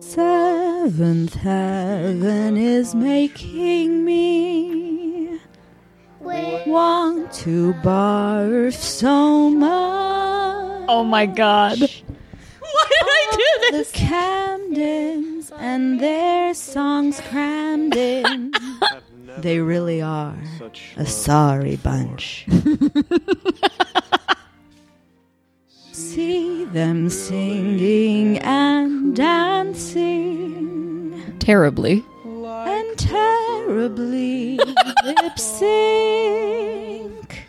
Seventh heaven is making me want to barf so much. Oh my god. Why did I do The this? Camdens and their songs crammed in. they really are a sorry bunch. See them singing and dancing Terribly. and terribly lip sync.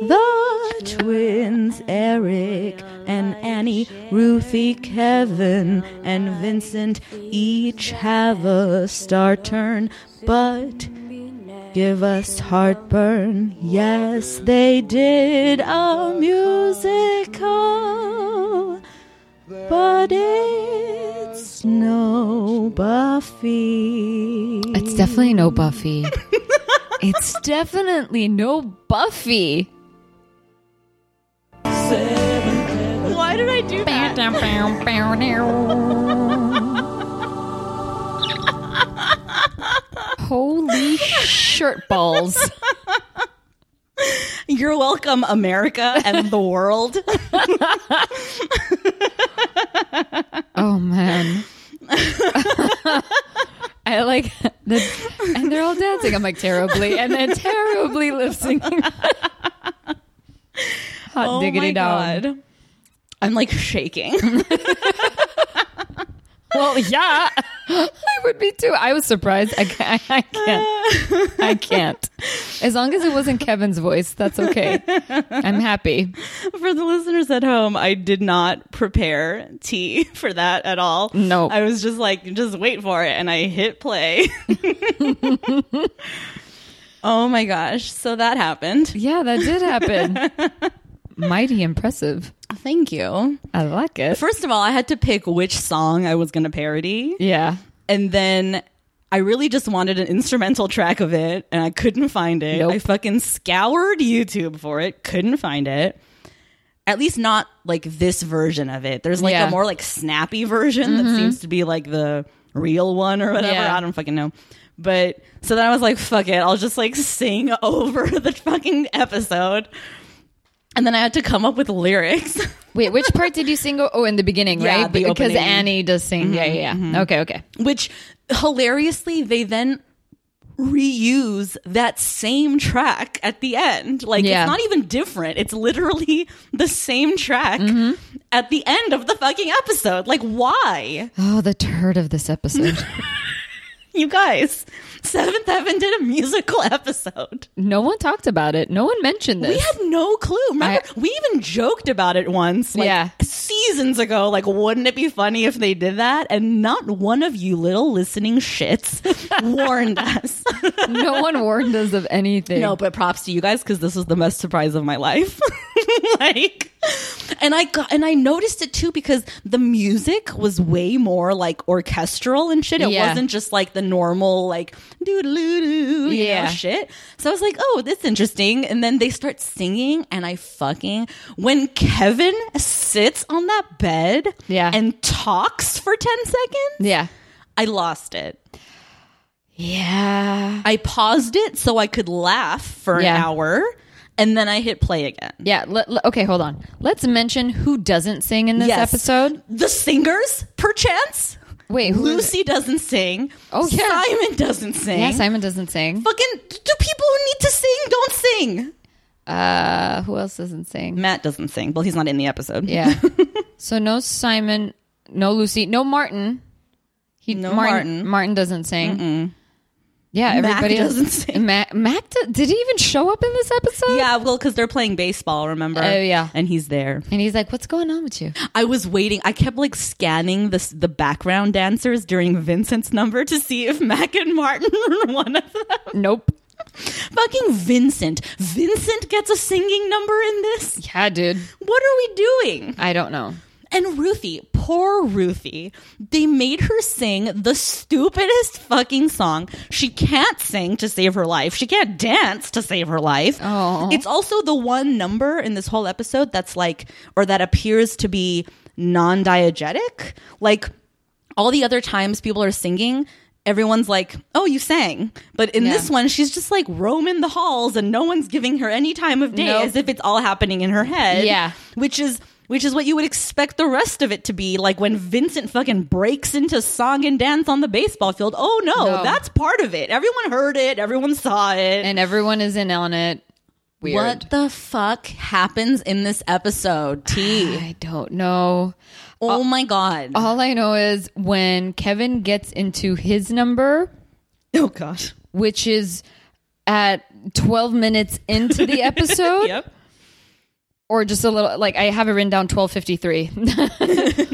The twins, Eric and Annie, Ruthie, Kevin, and Vincent, each have a star turn, but give us heartburn. Yes, they did a musical, but it's no Buffy. It's definitely no Buffy. it's definitely no Buffy. Why did I do that? Holy shirt balls. You're welcome, America and the world. Oh man. I like the and they're all dancing. I'm like terribly and then terribly lip syncing. Hot oh diggity my dog. god. I'm like shaking. Well, yeah, I would be too. I was surprised. I can't. I can't. I can't. As long as it wasn't Kevin's voice, that's okay. I'm happy. for the listeners at home, I did not prepare tea for that at all. Nope. I was just like, just wait for it. And I hit play. oh my gosh. So that happened. Yeah, that did happen. Mighty impressive. Thank you. I like it. First of all, I had to pick which song I was going to parody. yeah. and then I really just wanted an instrumental track of it, and I couldn't find it. Nope. I fucking scoured YouTube for it, couldn't find it. At least not like this version of it. There's like Yeah. Mm-hmm. a more like snappy version that seems to be like the real one or whatever. Yeah. I don't fucking know. But so then I was like, fuck it. I'll just like sing over the fucking episode. And then I had to come up with lyrics. Wait, which part did you sing? Oh, in the beginning, Yeah, right? the because opening. Mm-hmm, Annie does sing. yeah, yeah, yeah. Okay, okay. which hilariously they then reuse that same track at the end like Yeah. it's not even different it's literally the same track Mm-hmm. at the end of the fucking episode like why Oh, the turd of this episode. you guys seventh heaven did a musical episode no one talked about it. No one mentioned this. we had no clue remember I- we even joked about it once like Yeah. seasons ago like wouldn't it be funny if they did that and not one of you little listening shits warned us no one warned us of anything. No, but props to you guys because this was the best surprise of my life. like, and I got, and I noticed it too because the music was way more like orchestral and shit. It Yeah. wasn't just like the normal like doodaloo doo yeah. Yeah. shit. So I was like, oh, that's interesting. And then they start singing, and I fucking when Kevin sits on that bed, Yeah. and talks for ten seconds, Yeah. I lost it. Yeah. I paused it so I could laugh for an Yeah. hour and then I hit play again. Yeah. Let, let- okay, hold on. Let's mention who doesn't sing in this Yes. episode. The singers, perchance. Wait, who is Lucy doesn't sing. Oh, yeah. Simon doesn't it? sing. Yeah, Simon doesn't sing. Fucking do people who need to sing don't sing. Uh, who else doesn't sing? Matt doesn't sing. Well, he's not in the episode. Yeah. so no Simon, no Lucy, no Martin. He No Martin. Martin doesn't sing. Yeah, everybody Mac else- doesn't sing. Mac, Mac do- did he even show up in this episode? Yeah, well, because they're playing baseball, remember? Oh, yeah. and he's there. And he's like, "What's going on with you?" I was waiting. I kept like scanning the the background dancers during Vincent's number to see if Mac and Martin were one of them. nope. Fucking Vincent. Vincent gets a singing number in this? Yeah, dude. What are we doing? I don't know. And Ruthie, poor Ruthie, they made her sing the stupidest fucking song. She can't sing to save her life. She can't dance to save her life. Oh. It's also the one number in this whole episode that's like, or that appears to be non diegetic. Like, all the other times people are singing, everyone's like, "Oh, you sang," but in Yeah. this one, she's just like roaming the halls, and no one's giving her any time of day, Nope. as if it's all happening in her head. Yeah. which is. Which is what you would expect the rest of it to be, like when Vincent fucking breaks into song and dance on the baseball field. Oh no, No. that's part of it. Everyone heard it, everyone saw it. and everyone is in on it. Weird. What the fuck happens in this episode, T? I don't know. Uh, oh my god. All I know is when Kevin gets into his number, Oh gosh. which is at 12 minutes into the episode Yep. or just a little like I have it written down 1253.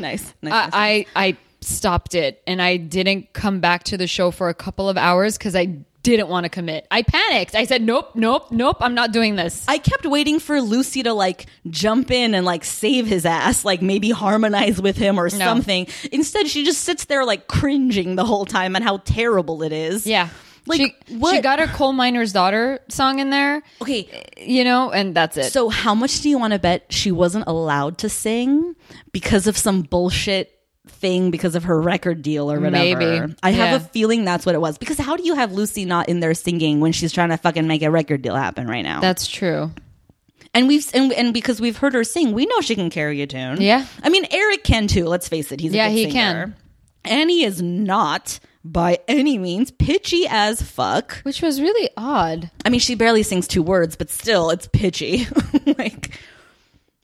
nice. Nice. I, I I stopped it and I didn't come back to the show for a couple of hours because I didn't want to commit. I panicked. I said, Nope, nope, nope, I'm not doing this. I kept waiting for Lucy to like jump in and like save his ass, like maybe harmonize with him or something. Instead, she just sits there like cringing the whole time and how terrible it is. Yeah. Like, she, she what- got her coal miner's daughter song in there, Okay. you know, and that's it. So, how much do you want to bet she wasn't allowed to sing because of some bullshit thing because of her record deal or whatever? Maybe. I have Yeah. a feeling that's what it was. Because how do you have Lucy not in there singing when she's trying to fucking make a record deal happen right now? that's true. and we've and, and because we've heard her sing, we know she can carry a tune. Yeah. I mean Eric can too. Let's face it, he's a Yeah, good he singer. can. And he is not by any means pitchy as fuck. Which was really odd. I mean, she barely sings two words, but still, it's pitchy. like,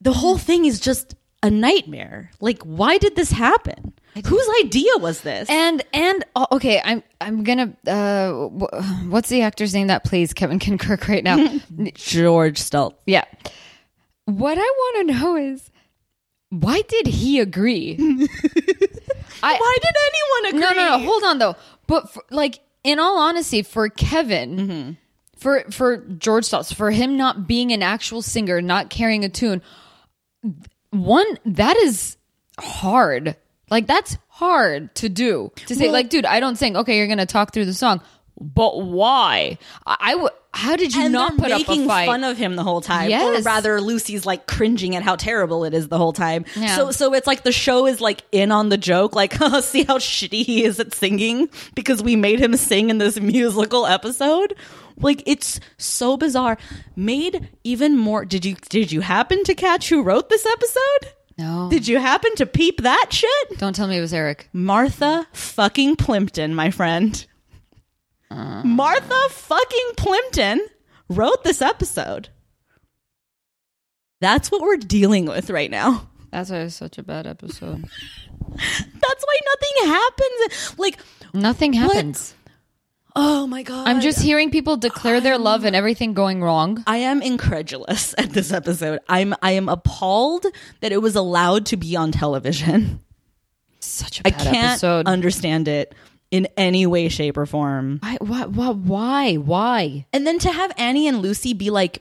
the whole thing is just a nightmare. Like, why did this happen? Whose idea was this? And and oh, okay, I'm I'm gonna. Uh, wh- what's the actor's name that plays Kevin Kinkirk right now? George Stelt. yeah. What I want to know is why did he agree? I Why did anyone no agree? no no. Hold on though. But for, like in all honesty, for Kevin. Mm-hmm. For for George Stotts, for him not being an actual singer, not carrying a tune, one that is hard. Like that's hard to do. To say, Well- like, dude, I don't sing. Okay, you're gonna talk through the song, but why? I, I w- how did you And not they're put up making a fight? fun of him the whole time. Or Yes. rather, Lucy's like cringing at how terrible it is the whole time. Yeah. So, so it's like the show is like in on the joke. Like, "Oh, see how shitty he is at singing because we made him sing in this musical episode. Like, it's so bizarre. Made even more. Did you did you happen to catch who wrote this episode? no, Did you happen to peep that shit? don't tell me it was Eric. Martha fucking Plimpton, my friend. Martha fucking Plimpton wrote this episode. That's what we're dealing with right now. That's why it was such a bad episode. That's why nothing happens. Like, Nothing happens. oh my god. I'm just hearing people declare their love and everything going wrong. I am incredulous at this episode. I'm I am appalled that it was allowed to be on television. Such a I bad can't episode. understand it in any way shape or form. why, why, why, why, why? And then to have Annie and Lucy be like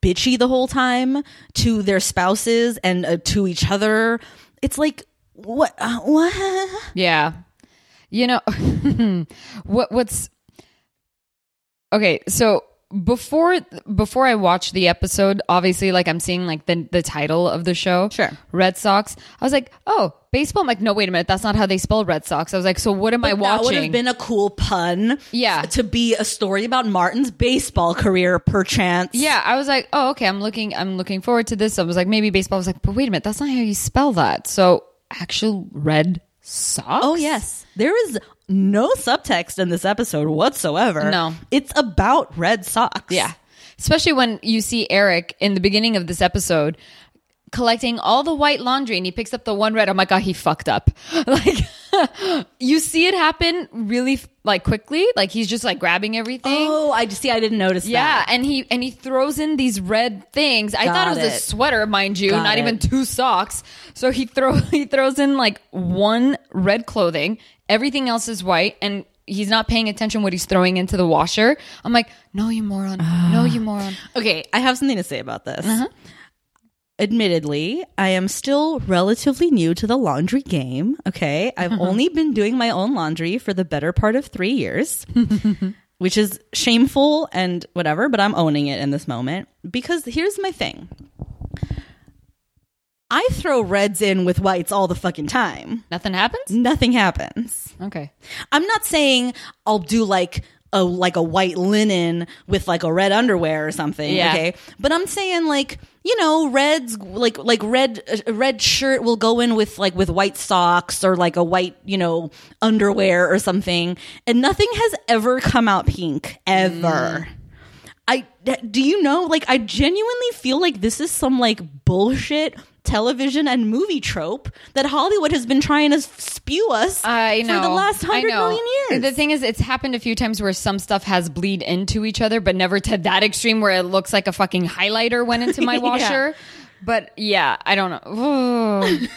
bitchy the whole time to their spouses and uh, to each other, it's like what? Uh, what? Yeah. You know what what's Okay, so before before I watched the episode, obviously like I'm seeing like the the title of the show. Sure. Red Sox. I was like, "Oh, baseball." I'm like, "No, wait a minute. That's not how they spell Red Sox." I was like, "So what am I That would watching?" have been a cool pun, Yeah. to be a story about Martin's baseball career, perchance. yeah, I was like, "Oh, okay. I'm looking I'm looking forward to this." I was like, "Maybe baseball." I was like, "But wait a minute. That's not how you spell that." So, actual Red Sox? Oh yes, there is no subtext in this episode whatsoever. No. it's about Red Sox. Yeah. Especially when you see Eric in the beginning of this episode collecting all the white laundry and he picks up the one red. Oh my God, he fucked up. Like, you see it happen really like quickly. Like, he's just like grabbing everything. Oh, I see. I didn't notice. Yeah, that. and he and he throws in these red things. I Got thought it was a it. sweater, mind you, Got not it. even two socks. So he throw he throws in like one red clothing. Everything else is white, and he's not paying attention what he's throwing into the washer. I'm like, no, you moron, no, Ah. you moron. Okay, I have something to say about this. Admittedly, I am still relatively new to the laundry game. Okay, I've only been doing my own laundry for the better part of three years, which is shameful and whatever, but I'm owning it in this moment because here's my thing I throw reds in with whites all the fucking time. Nothing happens? Nothing happens. Okay. I'm not saying I'll do like a like a white linen with like a red underwear or something. Yeah. Okay, but I'm saying like you know reds like like red a red shirt will go in with like with white socks or like a white you know underwear or something, and nothing has ever come out pink ever. I do you know like I genuinely feel like this is some like bullshit television and movie trope that Hollywood has been trying to spew us I know. for the last I hundred know. million years. The thing is, it's happened a few times where some stuff has bleed into each other, but never to that extreme where it looks like a fucking highlighter went into my Yeah. washer. But yeah, I don't know. Ooh.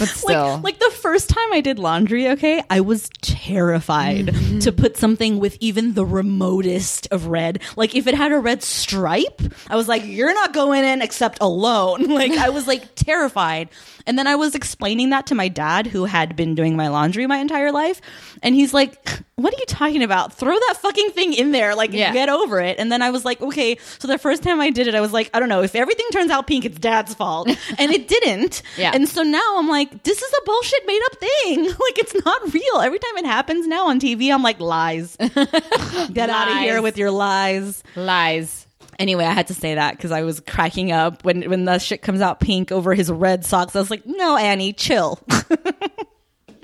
but still, like, like the first time I did laundry, okay, I was terrified Mm-hmm. to put something with even the remotest of red. Like if it had a red stripe, I was like, "You're not going in except alone." Like I was like terrified. And then I was explaining that to my dad, who had been doing my laundry my entire life, and he's like, "What are you talking about? Throw that fucking thing in there. Like Yeah. get over it." And then I was like, "Okay." So the first time I did it, I was like, "I don't know. If everything turns out pink, it's dad's fault," and it didn't. Yeah. And so now I'm like, this is a bullshit made up thing. Like it's not real. Every time it happens now on TV, I'm like, lies. Get out of here Lies. with your lies. lies. Anyway, I had to say that because I was cracking up when when that shit comes out pink over his red socks. I was like, no, Annie, chill.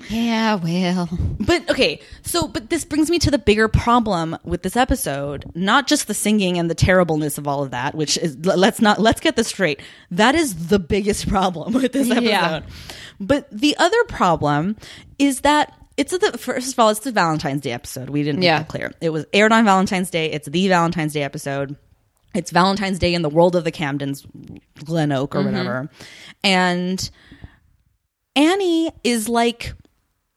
Yeah, well, But okay, so but this brings me to the bigger problem with this episode, not just the singing and the terribleness of all of that, which is l- let's not let's get this straight. That is the biggest problem with this episode. Yeah. But the other problem is that it's the first of all, it's the Valentine's Day episode. We didn't Yeah. make that clear. It was aired on Valentine's Day. It's the Valentine's Day episode. It's Valentine's Day in the world of the Camdens, Glen Oak or Mm-hmm. whatever. And Annie is like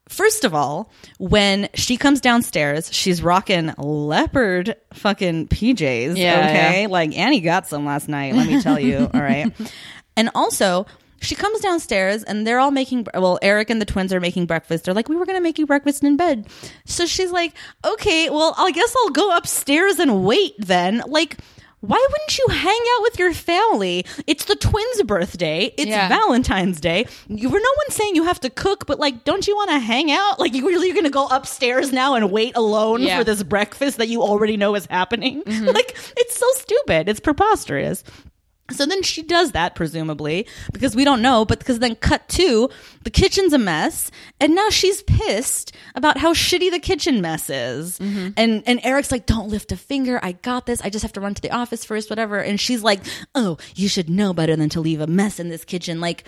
First of all, when she comes downstairs, she's rocking leopard fucking PJs. Yeah, okay. Like Annie got some last night, let me tell you. all right. And also, she comes downstairs and they're all making, well, Eric and the twins are making breakfast. They're like, we were going to make you breakfast in bed. So she's like, okay, well, I guess I'll go upstairs and wait then. Like, why wouldn't you hang out with your family? It's the twins' birthday. It's Yeah. Valentine's Day. You were no one saying you have to cook, but like, don't you want to hang out? Like, you really are going to go upstairs now and wait alone Yeah. for this breakfast that you already know is happening? Like, it's so stupid. It's preposterous. So then she does that, presumably, because we don't know, but because then cut two, the kitchen's a mess, and now she's pissed about how shitty the kitchen mess is. And and Eric's like, Don't lift a finger, I got this, I just have to run to the office first, whatever. And she's like, Oh, you should know better than to leave a mess in this kitchen. Like,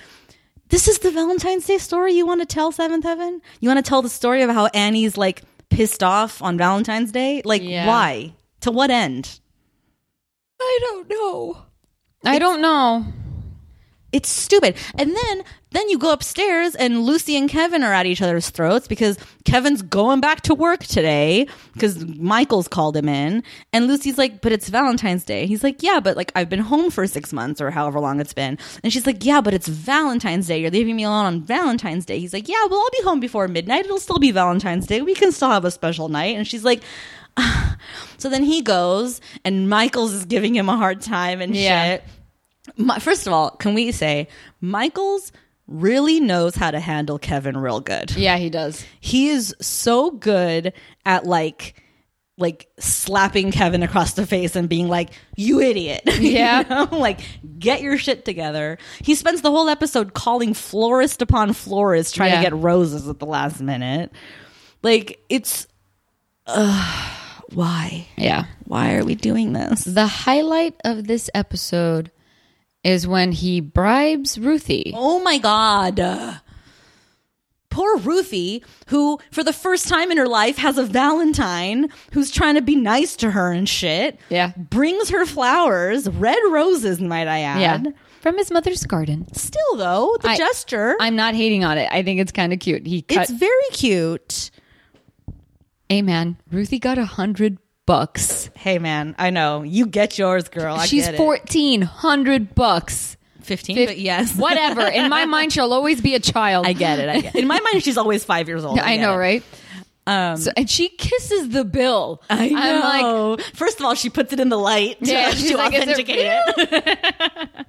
this is the Valentine's Day story you want to tell, Seventh Heaven? You want to tell the story of how Annie's like pissed off on Valentine's Day? Like, Yeah. why? To what end? I don't know. I don't know. It's stupid. And then then you go upstairs and Lucy and Kevin are at each other's throats because Kevin's going back to work today because Michael's called him in. And Lucy's like, but it's Valentine's Day. He's like, yeah, but like I've been home for six months or however long it's been. And she's like, yeah, but it's Valentine's Day. You're leaving me alone on Valentine's Day. He's like, yeah, well, I'll be home before midnight. It'll still be Valentine's Day. We can still have a special night. And she's like, so then he goes and Michael's is giving him a hard time and Yeah. shit. My, first of all, can we say Michaels really knows how to handle Kevin real good. Yeah, he does. He is so good at like like slapping Kevin across the face and being like, "You idiot." You Yeah. know? Like, get your shit together. He spends the whole episode calling florist upon florist trying Yeah. to get roses at the last minute. Like, it's ugh, why? Yeah. Why are we doing this? The highlight of this episode is when he bribes Ruthie. Oh my God. Uh, Poor Ruthie, who for the first time in her life has a Valentine who's trying to be nice to her and shit. Yeah. Brings her flowers, red roses, might I add. Yeah. From his mother's garden. Still, though, the I- gesture, I'm not hating on it. I think it's kind of cute. He cut. it's very cute. Hey man, Ruthie got a hundred bucks. Hey, man, I know. You get yours, girl. I She's get it. fourteen hundred bucks. 15, Fif- but yes. Whatever. In my mind, she'll always be a child. I get it. I get it. In my mind, she's always five years old. I get know, it. Um, right? So- and she kisses the bill. I know. I'm like, First of all, she puts it in the light to, Yeah, she's to like, is it authenticate it.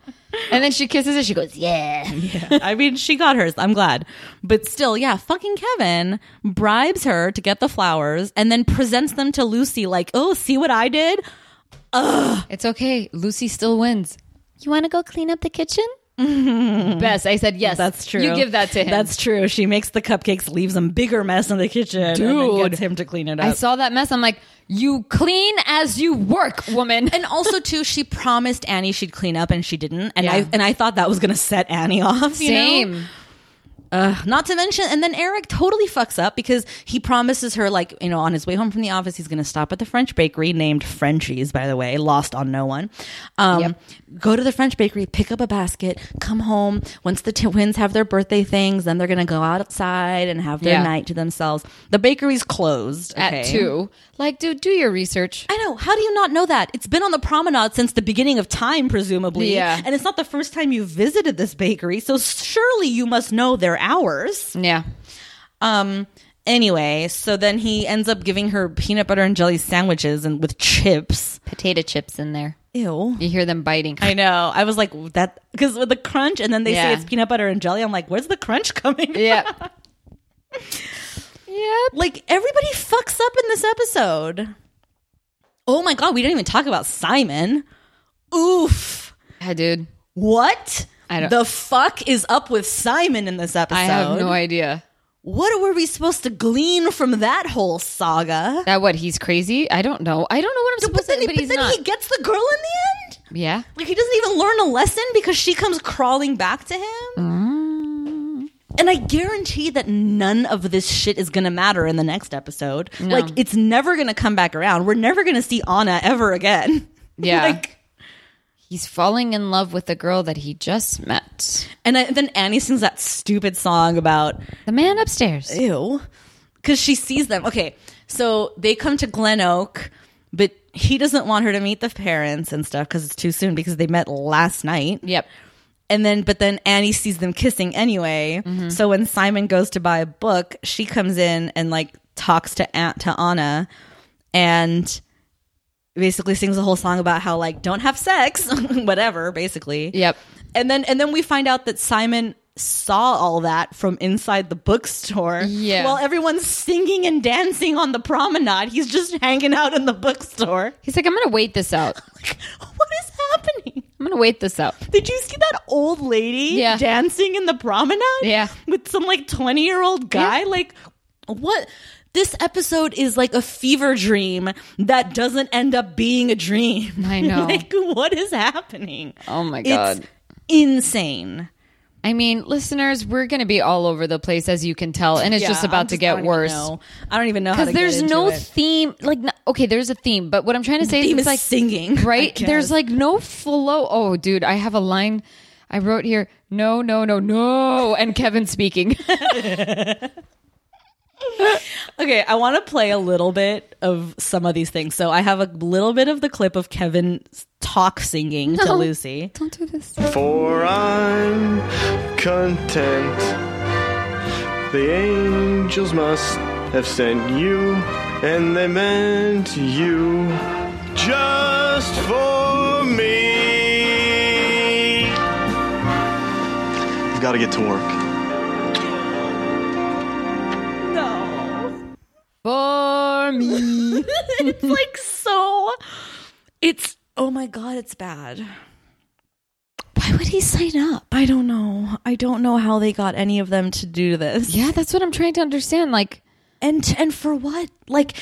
And then she kisses it. She goes, yeah. I mean, she got hers. I'm glad. But still, yeah, fucking Kevin bribes her to get the flowers and then presents them to Lucy like, oh, see what I did? It's okay. Lucy still wins. You want to go clean up the kitchen? Best. I said yes. That's true. You give that to him. That's true. She makes the cupcakes, leaves a bigger mess in the kitchen, and then Dude. gets him to clean it up. I saw that mess. I'm like, you clean as you work, woman. and also too, she promised Annie she'd clean up, and she didn't. And Yeah. I and I thought that was gonna set Annie off. You know? Same. Not to mention, and then Eric totally fucks up because he promises her, like, you know, on his way home from the office, he's going to stop at the French bakery named Frenchie's, by the way, lost on no one. Um, Yep. Go to the French bakery, pick up a basket, come home. Once the twins have their birthday things, then they're going to go outside and have their Yeah. night to themselves. The bakery's closed At okay? two. Like, dude, do your research. I know. How do you not know that? It's been on the promenade since the beginning of time, presumably. Yeah. And it's not the first time you visited this bakery, so surely you must know their hours. Yeah. Um. Anyway, so then he ends up giving her peanut butter and jelly sandwiches and with chips. Potato chips in there. Ew. You hear them biting. I know. I was like that because with the crunch, and then they Yeah. say it's peanut butter and jelly. I'm like, where's the crunch coming? yeah. Yep. Like everybody fucks up in this episode. Oh my god, we didn't even talk about Simon. Oof. Yeah, dude. What? I don't- the fuck is up with Simon in this episode? I have no idea. what were we supposed to glean from that whole saga? That what? He's crazy? I don't know. I don't know what I'm But supposed then, to he, but but he's then not. he gets the girl in the end? yeah. Like he doesn't even learn a lesson because she comes crawling back to him. And I guarantee that none of this shit is going to matter in the next episode. Like it's never going to come back around. We're never going to see Anna ever again. Yeah. like He's falling in love with the girl that he just met. and I, then Annie sings that stupid song about The man upstairs. ew because she sees them okay so they come to glen oak but he doesn't want her to meet the parents and stuff because it's too soon because they met last night Yep. and then but then annie sees them kissing anyway so when simon goes to buy a book she comes in and like talks to aunt to anna and basically sings a whole song about how like don't have sex whatever basically Yep. and then and then we find out that Simon saw all that from inside the bookstore. Yeah. While everyone's singing and dancing on the promenade, he's just hanging out in the bookstore. He's like, I'm going to wait this out. Like, what is happening? I'm going to wait this out. Did you see that old lady Yeah. dancing in the promenade? Yeah. With some like 20 year old guy? Yeah. Like, what? This episode is like a fever dream that doesn't end up being a dream. I know. like, what is happening? Oh my It's God. insane. I mean, listeners, we're going to be all over the place, as you can tell, and it's Yeah, just I'm about to I don't get even worse. know. I don't even know Because because there's no it. theme. Like, no, okay, there's a theme, but what I'm trying to say theme is, it's is like, singing, right? I There's guess. like no flow. Oh, dude, I have a line I wrote here. No, no, no, no. And Kevin speaking. okay. I want to play a little bit of some of these things. So I have a little bit of the clip of Kevin s- talk singing to No. Lucy. Don't do this. For I'm content. The angels must have sent you, and they meant you just for me. We've got to get to work. No, For me. it's like so. It's oh my god, it's bad. Why would he sign up? I don't know. I don't know how they got any of them to do this. Yeah, that's what I'm trying to understand. Like, and and for what like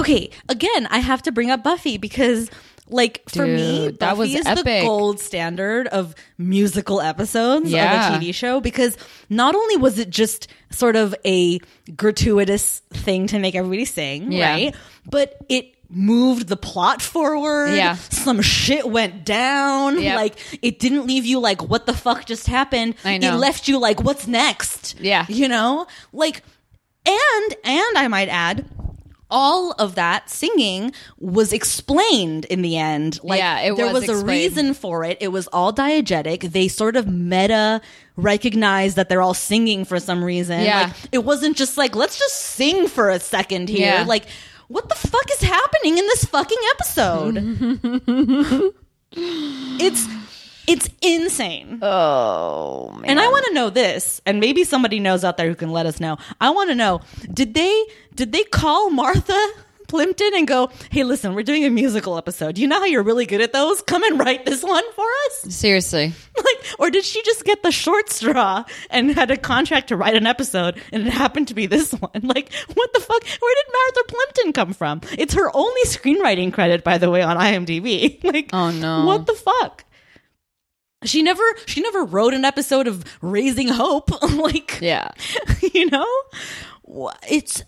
okay again i have to bring up buffy because like for me Dude, that buffy was is the epic. gold standard of musical episodes Yeah. of a tv show because not only was it just sort of a gratuitous thing to make everybody sing Yeah. right but it moved the plot forward Yeah. some shit went down Yep. like it didn't leave you like what the fuck just happened I it know. left you like what's next Yeah. you know like and and i might add all of that singing was explained in the end like Yeah, it there was was, a explained. reason for it it was all diegetic they sort of meta recognized that they're all singing for some reason Yeah. like it wasn't just like let's just sing for a second here Yeah. like what the fuck is happening in this fucking episode it's It's insane. Oh man. And I want to know this, and maybe somebody knows out there who can let us know. I want to know did they did they call Martha Plimpton and go, "Hey, listen, we're doing a musical episode. You know how you're really good at those? Come and write this one for us." Seriously. Like, or did she just get the short straw and had a contract to write an episode, and it happened to be this one? Like, what the fuck? Where did Martha Plimpton come from? It's her only screenwriting credit, by the way, on IMDb. Like, Oh, no. what the fuck? She never she never wrote an episode of Raising Hope. like, Yeah. you know, Wha- it's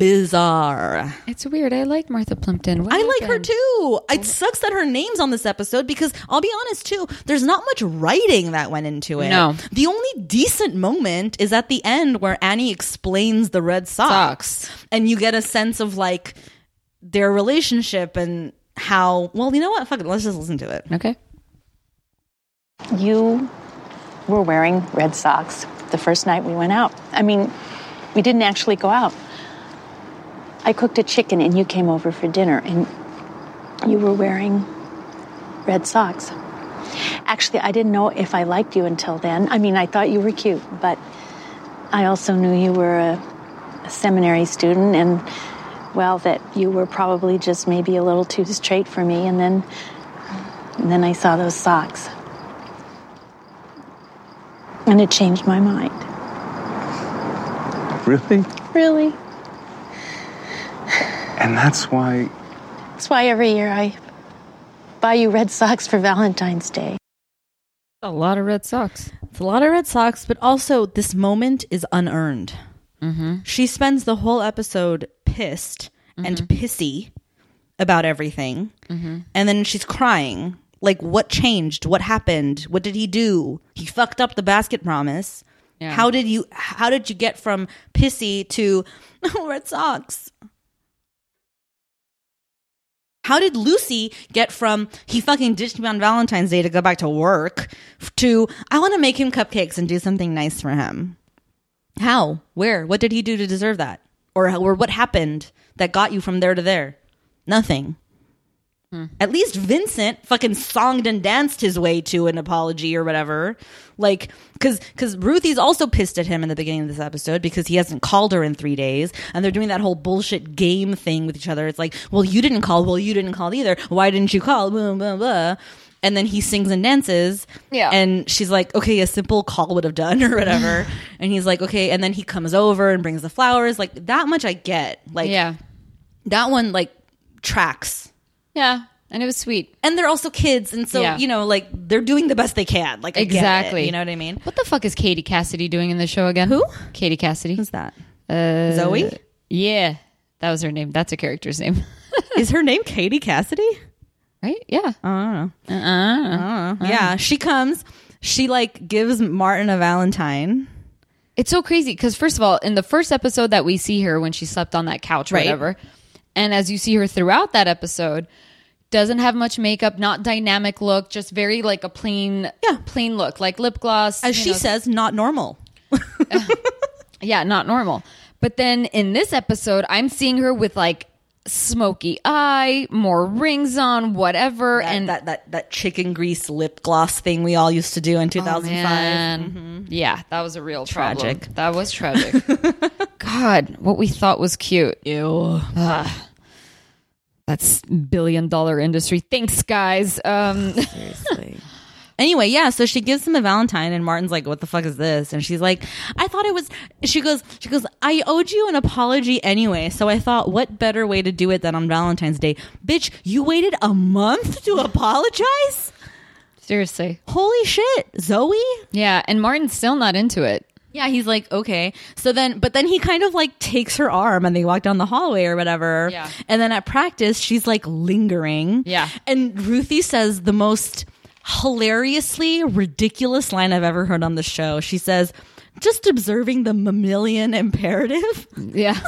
bizarre. It's weird. I like Martha Plimpton. What I like her happened? too. It sucks that her name's on this episode because I'll be honest too, there's not much writing that went into it. No. The only decent moment is at the end where Annie explains the Red Sox, Sox. and you get a sense of like their relationship and how well, you know what? Fuck it, let's just listen to it. Okay. You were wearing red socks the first night we went out. I mean, we didn't actually go out. I cooked a chicken and you came over for dinner and you were wearing red socks. Actually, I didn't know if I liked you until then. I mean, I thought you were cute, but I also knew you were a, a seminary student and, well, that you were probably just maybe a little too straight for me. And then, and then I saw those socks. And it changed my mind. Really? Really? And that's why. That's why every year I buy you red socks for Valentine's Day. A lot of red socks. It's a lot of Red Sox, but also this moment is unearned. She spends the whole episode pissed and pissy about everything. And then she's crying. Like, what changed? What happened? What did he do? He fucked up the basket promise. Yeah. How did you how did you get from pissy to Red Sox? How did Lucy get from he fucking ditched me on Valentine's Day to go back to work f- to I want to make him cupcakes and do something nice for him? How? Where? What did he do to deserve that? Or, or what happened that got you from there to there? Nothing. At least Vincent fucking songed and danced his way to an apology or whatever. Like, cause, cause Ruthie's also pissed at him in the beginning of this episode because he hasn't called her in three days. And they're doing that whole bullshit game thing with each other. It's like, well, you didn't call. Well, you didn't call either. Why didn't you call? Blah, blah, blah. And then he sings and dances. Yeah. And she's like, okay, a simple call would have done or whatever. and he's like, okay. And then he comes over and brings the flowers. Like, that much I get. Like, Yeah. that one, like, tracks Yeah. And it was sweet. and they're also kids and so Yeah. you know like they're doing the best they can like I get it, Exactly. you know what i mean What the fuck is Katie Cassidy doing in the show again? Who? Katie Cassidy. who's that Uh, zoe Yeah. That was her name. That's a character's name. is her name katie cassidy right? Yeah. yeah she comes she like gives martin a valentine It's so crazy because first of all, in the first episode that we see her when she slept on that couch, or Right. whatever, and as you see her throughout that episode, doesn't have much makeup, not dynamic look, just very like a plain, Yeah. plain look, like lip gloss. as you she know, says not normal yeah, not normal. But then in this episode, I'm seeing her with like smoky eye, more rings on, whatever, and and that that that chicken grease lip gloss thing we all used to Oh, do in 2005 Man. Mm-hmm. Yeah, that was a real problem. Tragic. That was tragic. God, what we thought was cute. Ew. That's billion dollar industry. Thanks, guys. Um, Anyway, yeah, so she gives him a Valentine and Martin's like, What the fuck is this? And she's like, I thought it was she goes, she goes, I owed you an apology anyway, so I thought what better way to do it than on Valentine's Day? Bitch, you waited a month to apologize? seriously. Holy shit, Zoe? Yeah, and Martin's still not into it. Yeah, he's like, okay. So then, but then he kind of like takes her arm and they walk down the hallway or whatever. Yeah. And then at practice, she's like lingering. Yeah. And Ruthie says the most hilariously ridiculous line I've ever heard on the show. She says, just observing the mammalian imperative. Yeah.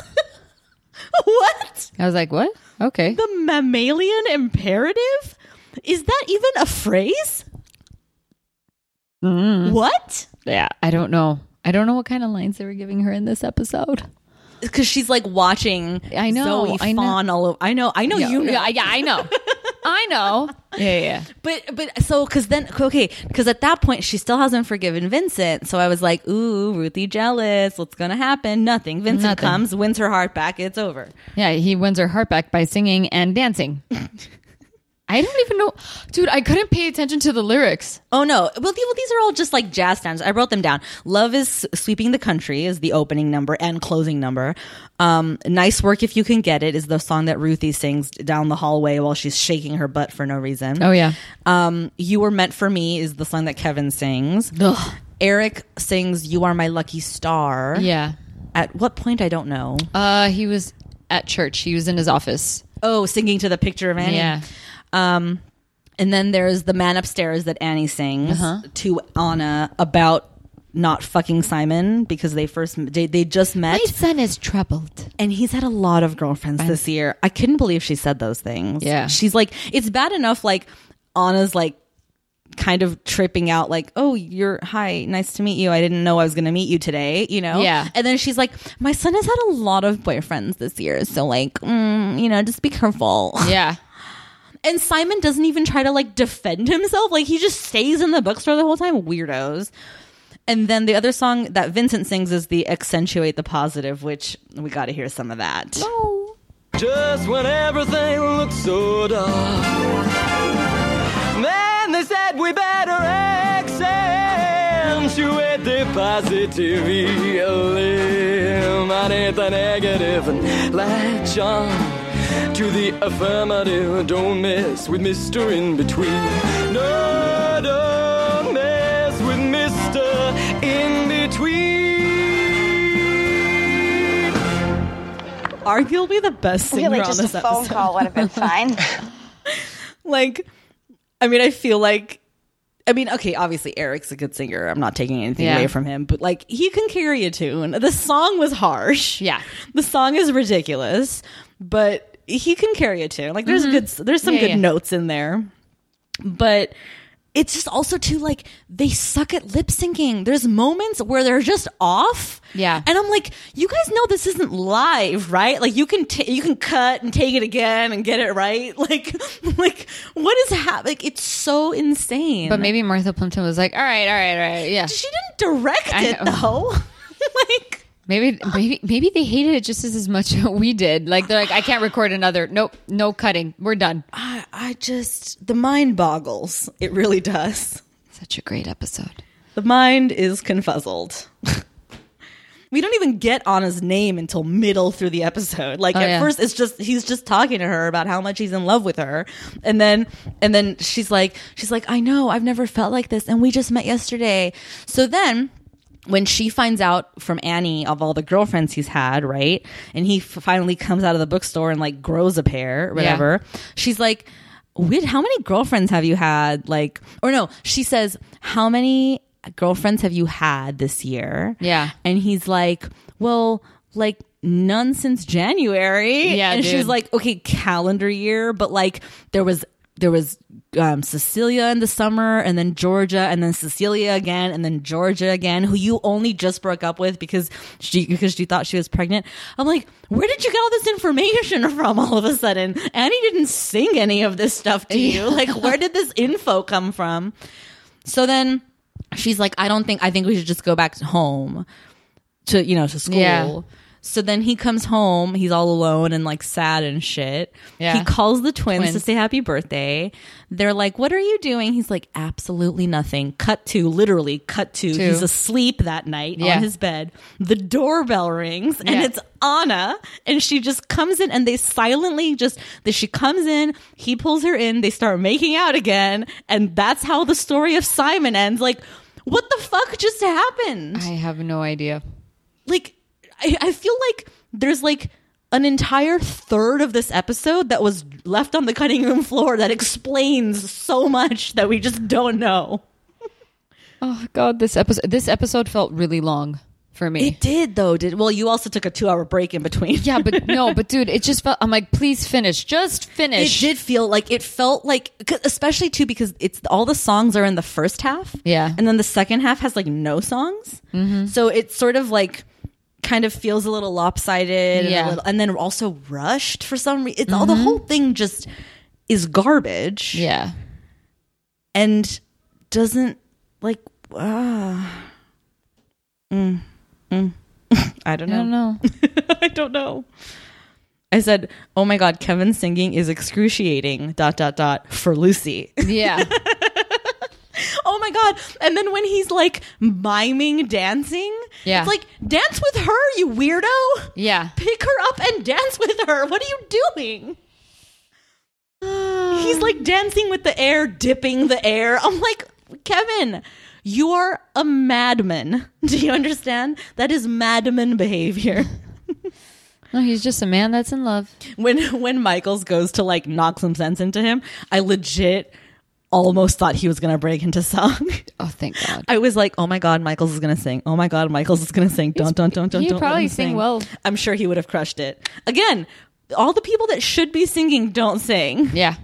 what? I was like, what? Okay. The mammalian imperative? Is that even a phrase? What? Yeah, I don't know. I don't know what kind of lines they were giving her in this episode. because she's like watching I know, Zoe I know. fawn all over. I know, I know you know. Yeah, yeah, I know. I know. Yeah, yeah. But but so because then okay because at that point she still hasn't forgiven Vincent. So I was like, ooh, Ruthie jealous. What's gonna happen? Nothing. Vincent Nothing. comes, wins her heart back. It's over. Yeah, he wins her heart back by singing and dancing. I don't even know. Dude, I couldn't pay attention to the lyrics. Oh no! Well, the- well, these are all just like jazz standards. I wrote them down. "Love is sweeping the country" is the opening number and closing number. Um, "Nice work if you can get it" is the song that Ruthie sings down the hallway while she's shaking her butt for no reason. Oh, yeah. Um, "You Were Meant for Me" is the song that Kevin sings. Ugh. Eric sings "You Are My Lucky Star." Yeah. At what point I don't know. Uh, he was at church. He was in his office. Oh, singing to the picture of Annie. Yeah. Um, and then there's the man upstairs that Annie sings to Anna about not fucking Simon because they first they, they just met son is troubled. and he's had a lot of girlfriends this year. I couldn't believe she said those things. Yeah. She's like it's bad enough like Anna's like kind of tripping out like, "Oh, you're hi, nice to meet you. I didn't know I was going to meet you today," you know? Yeah. And then she's like, "My son has had a lot of boyfriends this year, so like, mm, you know, just be careful." Yeah. And Simon doesn't even try to like defend himself. Like he just stays in the bookstore the whole time. Weirdos. And then the other song that Vincent sings is the accentuate the positive, which we got to hear some of that. Just when everything looked so dark. Then they said we better accentuate the positive, eliminate the negative, and latch on to the affirmative. Don't mess with Mr. In Between. No, don't mess with Mr. In Between. Arguably the best singer Really, on just a this phone episode. call would have been fine. Like, I mean, I feel like. I mean, okay, obviously Eric's a good singer. I'm not taking anything Yeah. away from him, but like he can carry a tune. The song was harsh. Yeah. The song is ridiculous, but he can carry a tune. Like there's good there's some Mm-hmm. Yeah, good yeah. notes in there. But it's just also too like they suck at lip syncing. There's moments where they're just off. Yeah. And I'm like, you guys know this isn't live, right? Like you can t- you can cut and take it again and get it right. Like like what is happening? Like, it's so insane. But maybe Martha Plimpton was like, all right, all right, all right. Yeah. she didn't direct I it know. though. like Maybe, maybe, maybe they hated it just as much as we did. Like, they're like, I can't record another. Nope. No cutting. We're done. I, I just the mind boggles. It really does. Such a great episode. The mind is confuzzled. we don't even get Anna's name until middle through the episode. Like at yeah. first it's just he's just talking to her about how much he's in love with her. And then and then she's like she's like, I know, I've never felt like this and we just met yesterday. So then when she finds out from Annie of all the girlfriends he's had, right? And he f- finally comes out of the bookstore and like grows a pair, whatever. She's like, "Wait, how many girlfriends have you had?" Like, or no, she says, "How many girlfriends have you had this year?" Yeah. and he's like, "Well, like." None since January. Yeah, and she's dude. like, okay, calendar year, but like there was there was um, Cecilia in the summer, and then Georgia, and then Cecilia again, and then Georgia again, who you only just broke up with because she because she thought she was pregnant. I'm like, where did you get all this information from? All of a sudden, Annie didn't sing any of this stuff to you. Like, where did this info come from? So then she's like, I don't think I think we should just go back to home to you know to school. Yeah. So then he comes home, he's all alone and like sad and shit. Yeah. He calls the twins, to Twins. say happy birthday. They're like, "What are you doing?" He's like, "Absolutely nothing." Cut to literally cut to, To. he's asleep that night Yeah. on his bed. The doorbell rings and Yeah. it's Anna and she just comes in and they silently just that she comes in, he pulls her in, they start making out again, and that's how the story of Simon ends. Like, what the fuck just happened? I have no idea. like I, I feel like there's like an entire third of this episode that was left on the cutting room floor that explains so much that we just don't know. Oh God, this episode this episode felt really long for me. It did though, did well you also took a two hour break in between. yeah, but no, but dude, it just felt. I'm like, please finish, just It finish. did feel like it felt like, 'cause- especially too, because it's all the songs are in the first half, Yeah. and then the second half has like no songs, Mm-hmm. so it's sort of like kind of feels a little lopsided, and, a Yeah. Mm-hmm. little, and then also rushed for some reason. It's all the whole thing just is garbage Yeah. and doesn't like ah. Mm. Mm. I don't I don't know. know. I don't know. I said, "Oh my god, Kevin's singing is excruciating." Dot dot dot for Lucy. Yeah. oh my god! And then when he's like miming dancing, Yeah. it's like dance with her, you weirdo. Yeah. Pick her up and dance with her. What are you doing? He's like dancing with the air, dipping the air. I'm like, Kevin, you are a madman. Do you understand? That is madman behavior. No, he's just a man that's in love. When when Michaels goes to like knock some sense into him, I legit almost thought he was gonna break into song. Oh, thank God. I was like, oh my god, Michaels is gonna sing. Oh my god, Michaels is gonna sing. Don't don't don't don't. he'd don't let probably him sing well. I'm sure he would have crushed it. Again, all the people that should be singing don't sing. Yeah.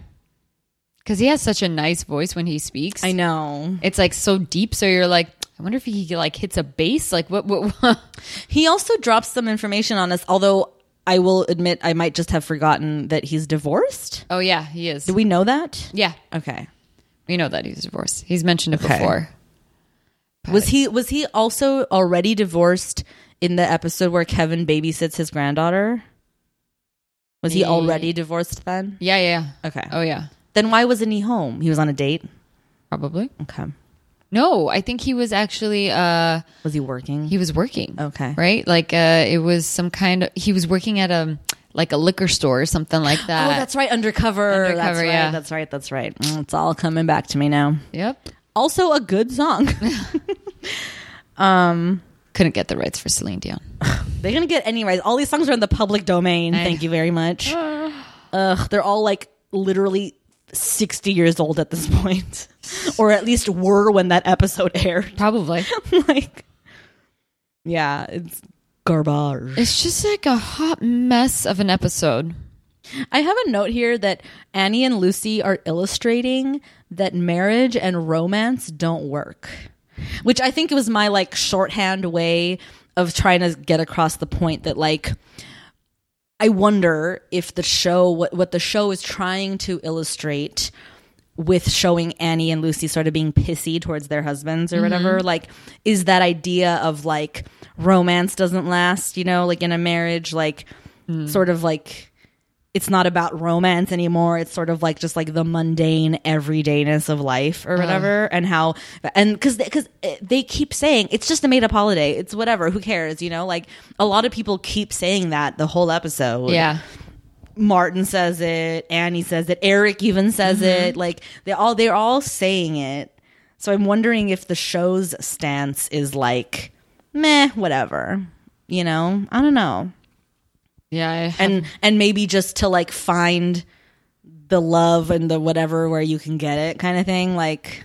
Because he has such a nice voice when he speaks. I know. It's like so deep. So you're like, I wonder if he like hits a bass. Like what? What? what? He also drops some information on us, although I will admit I might just have forgotten that he's divorced. Oh yeah, he is. Do we know that? yeah, Okay. we know that he's divorced. He's mentioned it Okay. before. Was he was he also already divorced in the episode where Kevin babysits his granddaughter? Was he Yeah. already divorced then? Yeah, yeah. yeah. Okay. Oh yeah, Then why wasn't he home? He was on a date. probably. Okay. No, I think he was actually uh Was he working? he was working. Okay. Right? Like uh it was some kind of he was working at a like a liquor store or something like that. oh, that's right. Undercover. that's Undercover, right, yeah. That's right. That's right. Mm, It's all coming back to me now. Yep. Also, a good song. Couldn't get the rights for Celine Dion. They're gonna get any rights. All these songs are in the public domain. I Thank you very much. Ugh, they're all like literally sixty years old at this point, or at least were when that episode aired. Probably. like, yeah, it's garbage. it's just like a hot mess of an episode. I have a note here that Annie and Lucy are illustrating that marriage and romance don't work, which I think was my like shorthand way of trying to get across the point that like I wonder if the show what what the show is trying to illustrate with showing Annie and Lucy sort of being pissy towards their husbands or whatever like is that idea of like romance doesn't last, you know, like in a marriage like sort of like it's not about romance anymore. It's sort of like just like the mundane everydayness of life or whatever, and how and because because they keep saying it's just a made up holiday. It's whatever. Who cares? You know, like a lot of people keep saying that the whole episode. Yeah. Martin says it. Annie says it. Eric even says it. Like they all they're all saying it. So I'm wondering if the show's stance is like meh, whatever. You know, I don't know Yeah. I have- and and maybe just to like find the love and the whatever where you can get it kind of thing like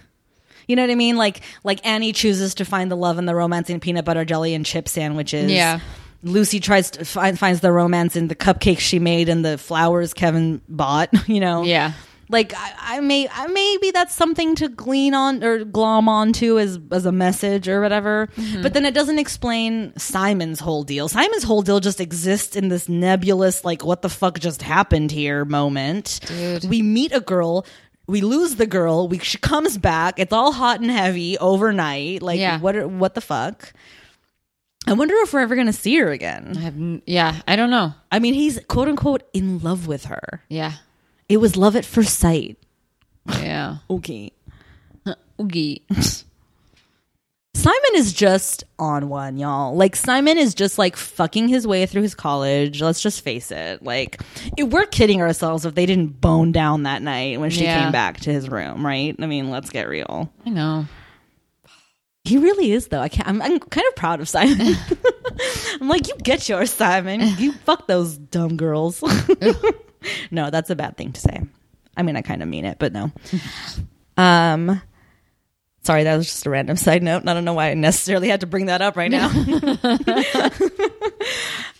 you know what i mean like like annie chooses to find the love in the romance in peanut butter jelly and chip sandwiches Yeah. lucy tries to find finds the romance in the cupcakes she made and the flowers kevin bought you know yeah. like I, I may I, maybe that's something to glean on or glom onto as as a message or whatever. But then it doesn't explain Simon's whole deal. Simon's whole deal just exists in this nebulous like what the fuck just happened here moment. We meet a girl. We lose the girl. We she comes back. It's all hot and heavy overnight. Like Yeah. what? are- What the fuck? I wonder if we're ever gonna see her I again. have n- yeah. I don't know. I mean, he's quote unquote in love with her. Yeah. It was love at first sight. Yeah. Okay. Oogie. Simon is just on one, y'all. Like Simon is just like fucking his way through his college. Let's just face it. Like it, we're kidding ourselves if they didn't bone down that night when she Yeah. came back to his room, right? I mean, let's get real. I know. He really is though. I can't. I'm, I'm kind of proud of Simon. I'm like, you get yours, Simon. You fuck those dumb girls. no, that's a bad thing to say. I mean, I kind of mean it, but no. Um, sorry, that was just a random side note. and I don't know why I necessarily had to bring that up right now.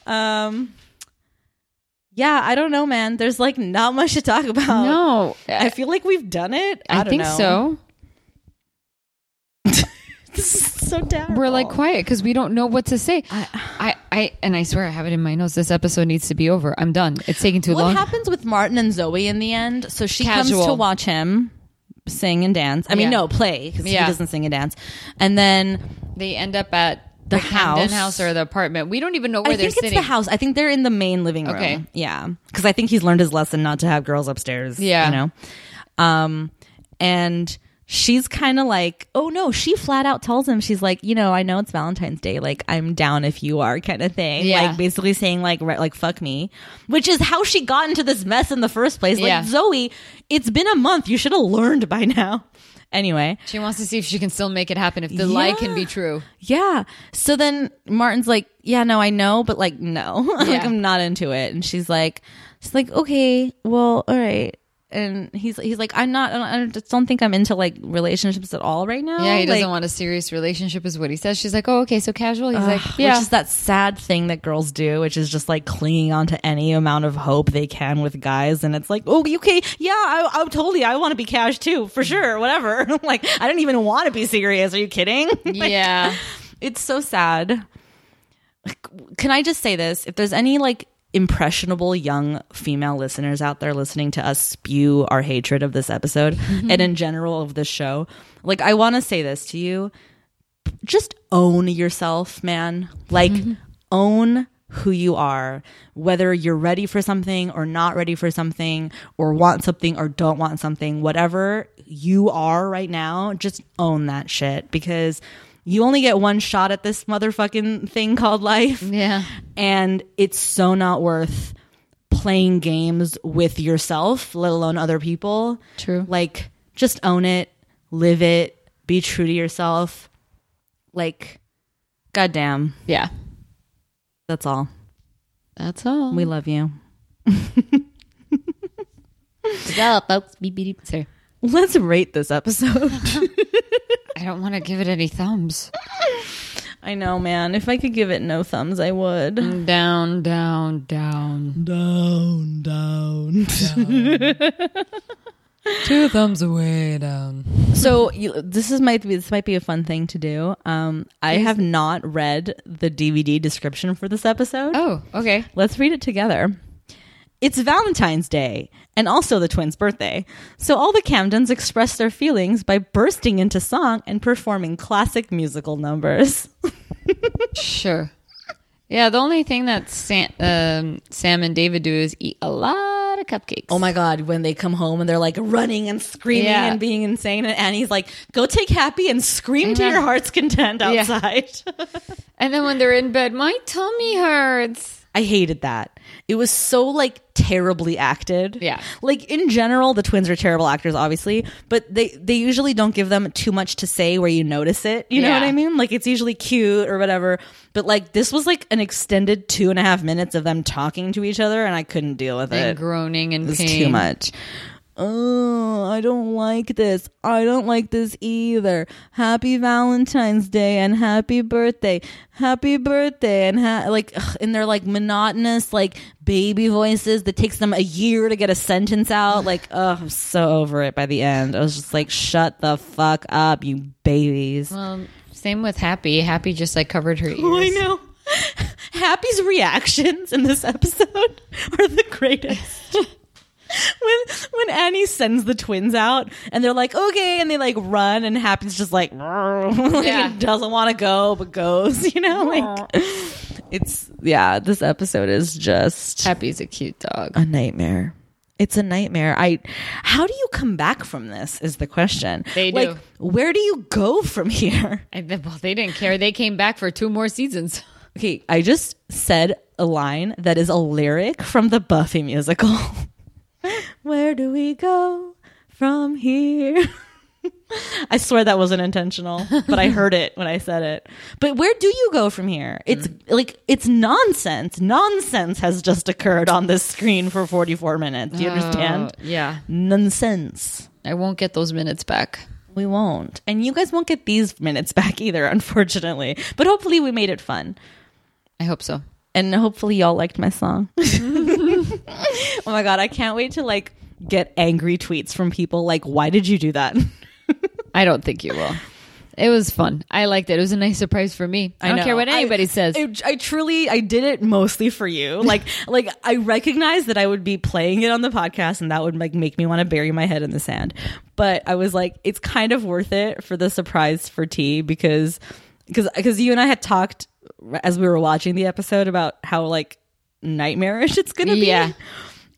um, yeah, I don't know, man. There's like not much to talk about. No. I, Oh. I feel like we've done it. I, I don't think know. so. This is so terrible. Oh. We're like quiet because we don't know what to say. I, I, I and I swear I have it in my notes. This episode needs to be over. I'm done. It's taking too What long. happens with Martin and Zoe in the end? So she comes Casual. to watch him sing and dance. I mean, Yeah. no, play because Yeah. he doesn't sing and dance. And then They end up at The the, Camden house. house. or the apartment. We don't even know where I they're think it's sitting. the house. I think they're in the main living room. Okay. Yeah. Because I think he's learned his lesson not to have girls upstairs. Yeah. You know? Um, and she's kind of like, oh no, she flat out tells him, she's like, you know, I know it's Valentine's Day. Like, I'm down if you are kind of thing. Yeah. Like, basically saying, like, re- like, fuck me, which is how she got into this mess in the first place. Like, Yeah. Zoe, it's been a month. You should have learned by now. Anyway. She wants to see if she can still make it happen. If the lie can be Yeah. true, Yeah. So then Martin's like, yeah, no, I know, but like, no, like Yeah. I'm not into it. And she's like, she's like, okay, well, all right. And he's he's like, I'm not, I don't- I just don't think I'm into like relationships at all right now. yeah, he doesn't Like, want a serious relationship, is what he says. She's like, oh, okay, so casual. He's like, Which yeah, is that sad thing that girls do, which is just like clinging on to any amount of hope they can with guys. And it's like, oh, okay, yeah, I, I'm totally, I want to be cash too, for sure, whatever. like, I don't even want to be serious. Are you kidding? Like, yeah. It's so sad. Can I just say this? If there's any like impressionable young female listeners out there listening to us spew our hatred of this episode and in general of this show, like I want to say this to you. Just own yourself, man. Like Mm-hmm. own who you are, whether you're ready for something or not ready for something or want something or don't want something, whatever you are right now, just own that shit because you only get one shot at this motherfucking thing called life. Yeah. And it's so not worth playing games with yourself, let alone other people. True. Like, just own it, live it, be true to yourself. Like, goddamn, yeah. that's all. That's all. We love you. up, folks. Beep, beep, beep. Sorry. Let's rate this episode. I don't want to give it any thumbs. I know, man. If I could give it no thumbs, I would. Mm, Down, down, down. Down, down. Two thumbs away down. so you, this is might be this might be a fun thing to do. Um, I have not read the DVD description for this episode. Oh, okay. Let's read it together. It's Valentine's Day and also the twins' birthday. So all the Camdens express their feelings by bursting into song and performing classic musical numbers. Sure. Yeah, the only thing that Sam, um, Sam and David do is eat a lot of cupcakes. Oh my God, when they come home and they're like running and screaming Yeah. and being insane. And Annie's like, go take Happy and scream to Amen. your heart's content Yeah. outside. And then when they're in bed, my tummy hurts. I hated that. It was so like terribly acted. Yeah. Like in general, the twins are terrible actors, obviously, but they they usually don't give them too much to say where you notice it. You know Yeah. what I mean? Like it's usually cute or whatever. But like this was like an extended two and a half minutes of them talking to each other, and I couldn't deal with And it. groaning and It's pain. too much. Oh, I don't like this. I don't like this either. Happy Valentine's Day and happy birthday. Happy birthday and ha- like ugh, in their like monotonous like baby voices that takes them a year to get a sentence out. Like, oh, I'm so over it by the end. I was just like, shut the fuck up, you babies. Um, same with Happy. Happy just like covered her ears. Oh, I know. Happy's reactions in this episode are the greatest. when when Annie sends the twins out and they're like, okay, and they like run and Happy's just like, like, Yeah. doesn't want to go but goes, you know? Like it's yeah, this episode is just Happy's a cute dog. a nightmare. It's a nightmare. I how do you come back from this is the question. They do. Like where do you go from here? And then, well, they didn't care. They came back for two more seasons. Okay, I just said a line that is a lyric from the Buffy musical. Where do we go from here? I swear that wasn't intentional, but I heard it when I said it. But where do you go from here? It's like it's nonsense. Nonsense has just occurred on this screen for 44 minutes. Do you understand? Oh, yeah. Nonsense. I won't get those minutes back. We won't. And you guys won't get these minutes back either, unfortunately. But hopefully we made it fun. I hope so. and hopefully y'all liked my song. oh my god, I can't wait to like get angry tweets from people like, "Why did you do that?" I don't think you will. It was fun. I liked it. It was a nice surprise for me. I, don't know. care what I- anybody says. I, I truly, I did it mostly for you. Like, like I recognize that I would be playing it on the podcast, and that would like make me want to bury my head in the sand. But I was like, it's kind of worth it for the surprise for T because, because, because you and I had talked as we were watching the episode about how like nightmarish it's gonna be. Yeah.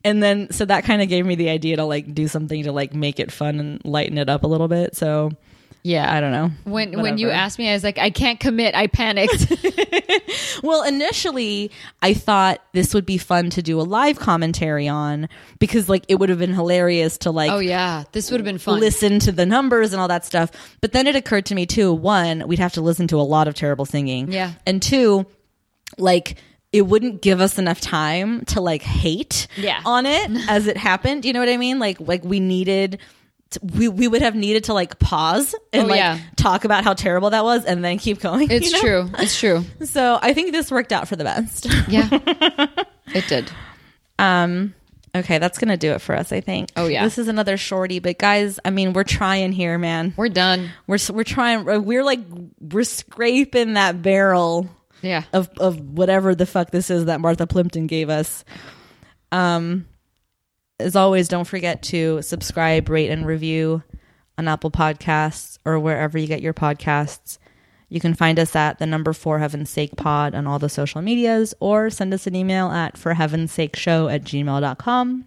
And then, so that kind of gave me the idea to like do something to like make it fun and lighten it up a little bit. So yeah, I don't know. When when you Whatever. asked me, I was like, I can't commit. I panicked. Well, initially, I thought this would be fun to do a live commentary on because, like, it would have been hilarious to like oh yeah, this would have been fun. listen to the numbers and all that stuff. But then it occurred to me too: one, we'd have to listen to a lot of terrible singing, Yeah. and two, like. It wouldn't give us enough time to like hate Yeah. on it as it happened. You know what I mean? Like like we needed to, we we would have needed to like pause and Oh, like yeah. talk about how terrible that was and then keep going. It's you know? true. It's true. So I think this worked out for the best. Yeah, it did. Um, okay, that's gonna do it for us. I think. Oh, yeah. this is another shorty, but guys, I mean, we're trying here, man. We're done. We're s- we're trying. We're like we're scraping that barrel Yeah. of of whatever the fuck this is that Martha Plimpton gave us. Um, as always, don't forget to subscribe, rate, and review on Apple Podcasts or wherever you get your podcasts. You can find us at the number for heaven's sake pod on all the social medias or send us an email at for heaven's sake show at gmail.com.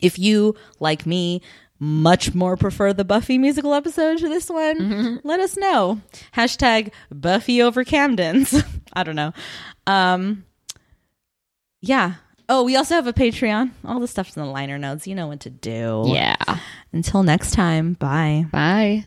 If you, like me, much more prefer the Buffy musical episode to this one, let us know. Hashtag Buffy over Camden's. I don't know. Um, yeah. Oh, we also have a Patreon. All the stuff's in the liner notes. You know what to do. Yeah. Until next time, bye. Bye.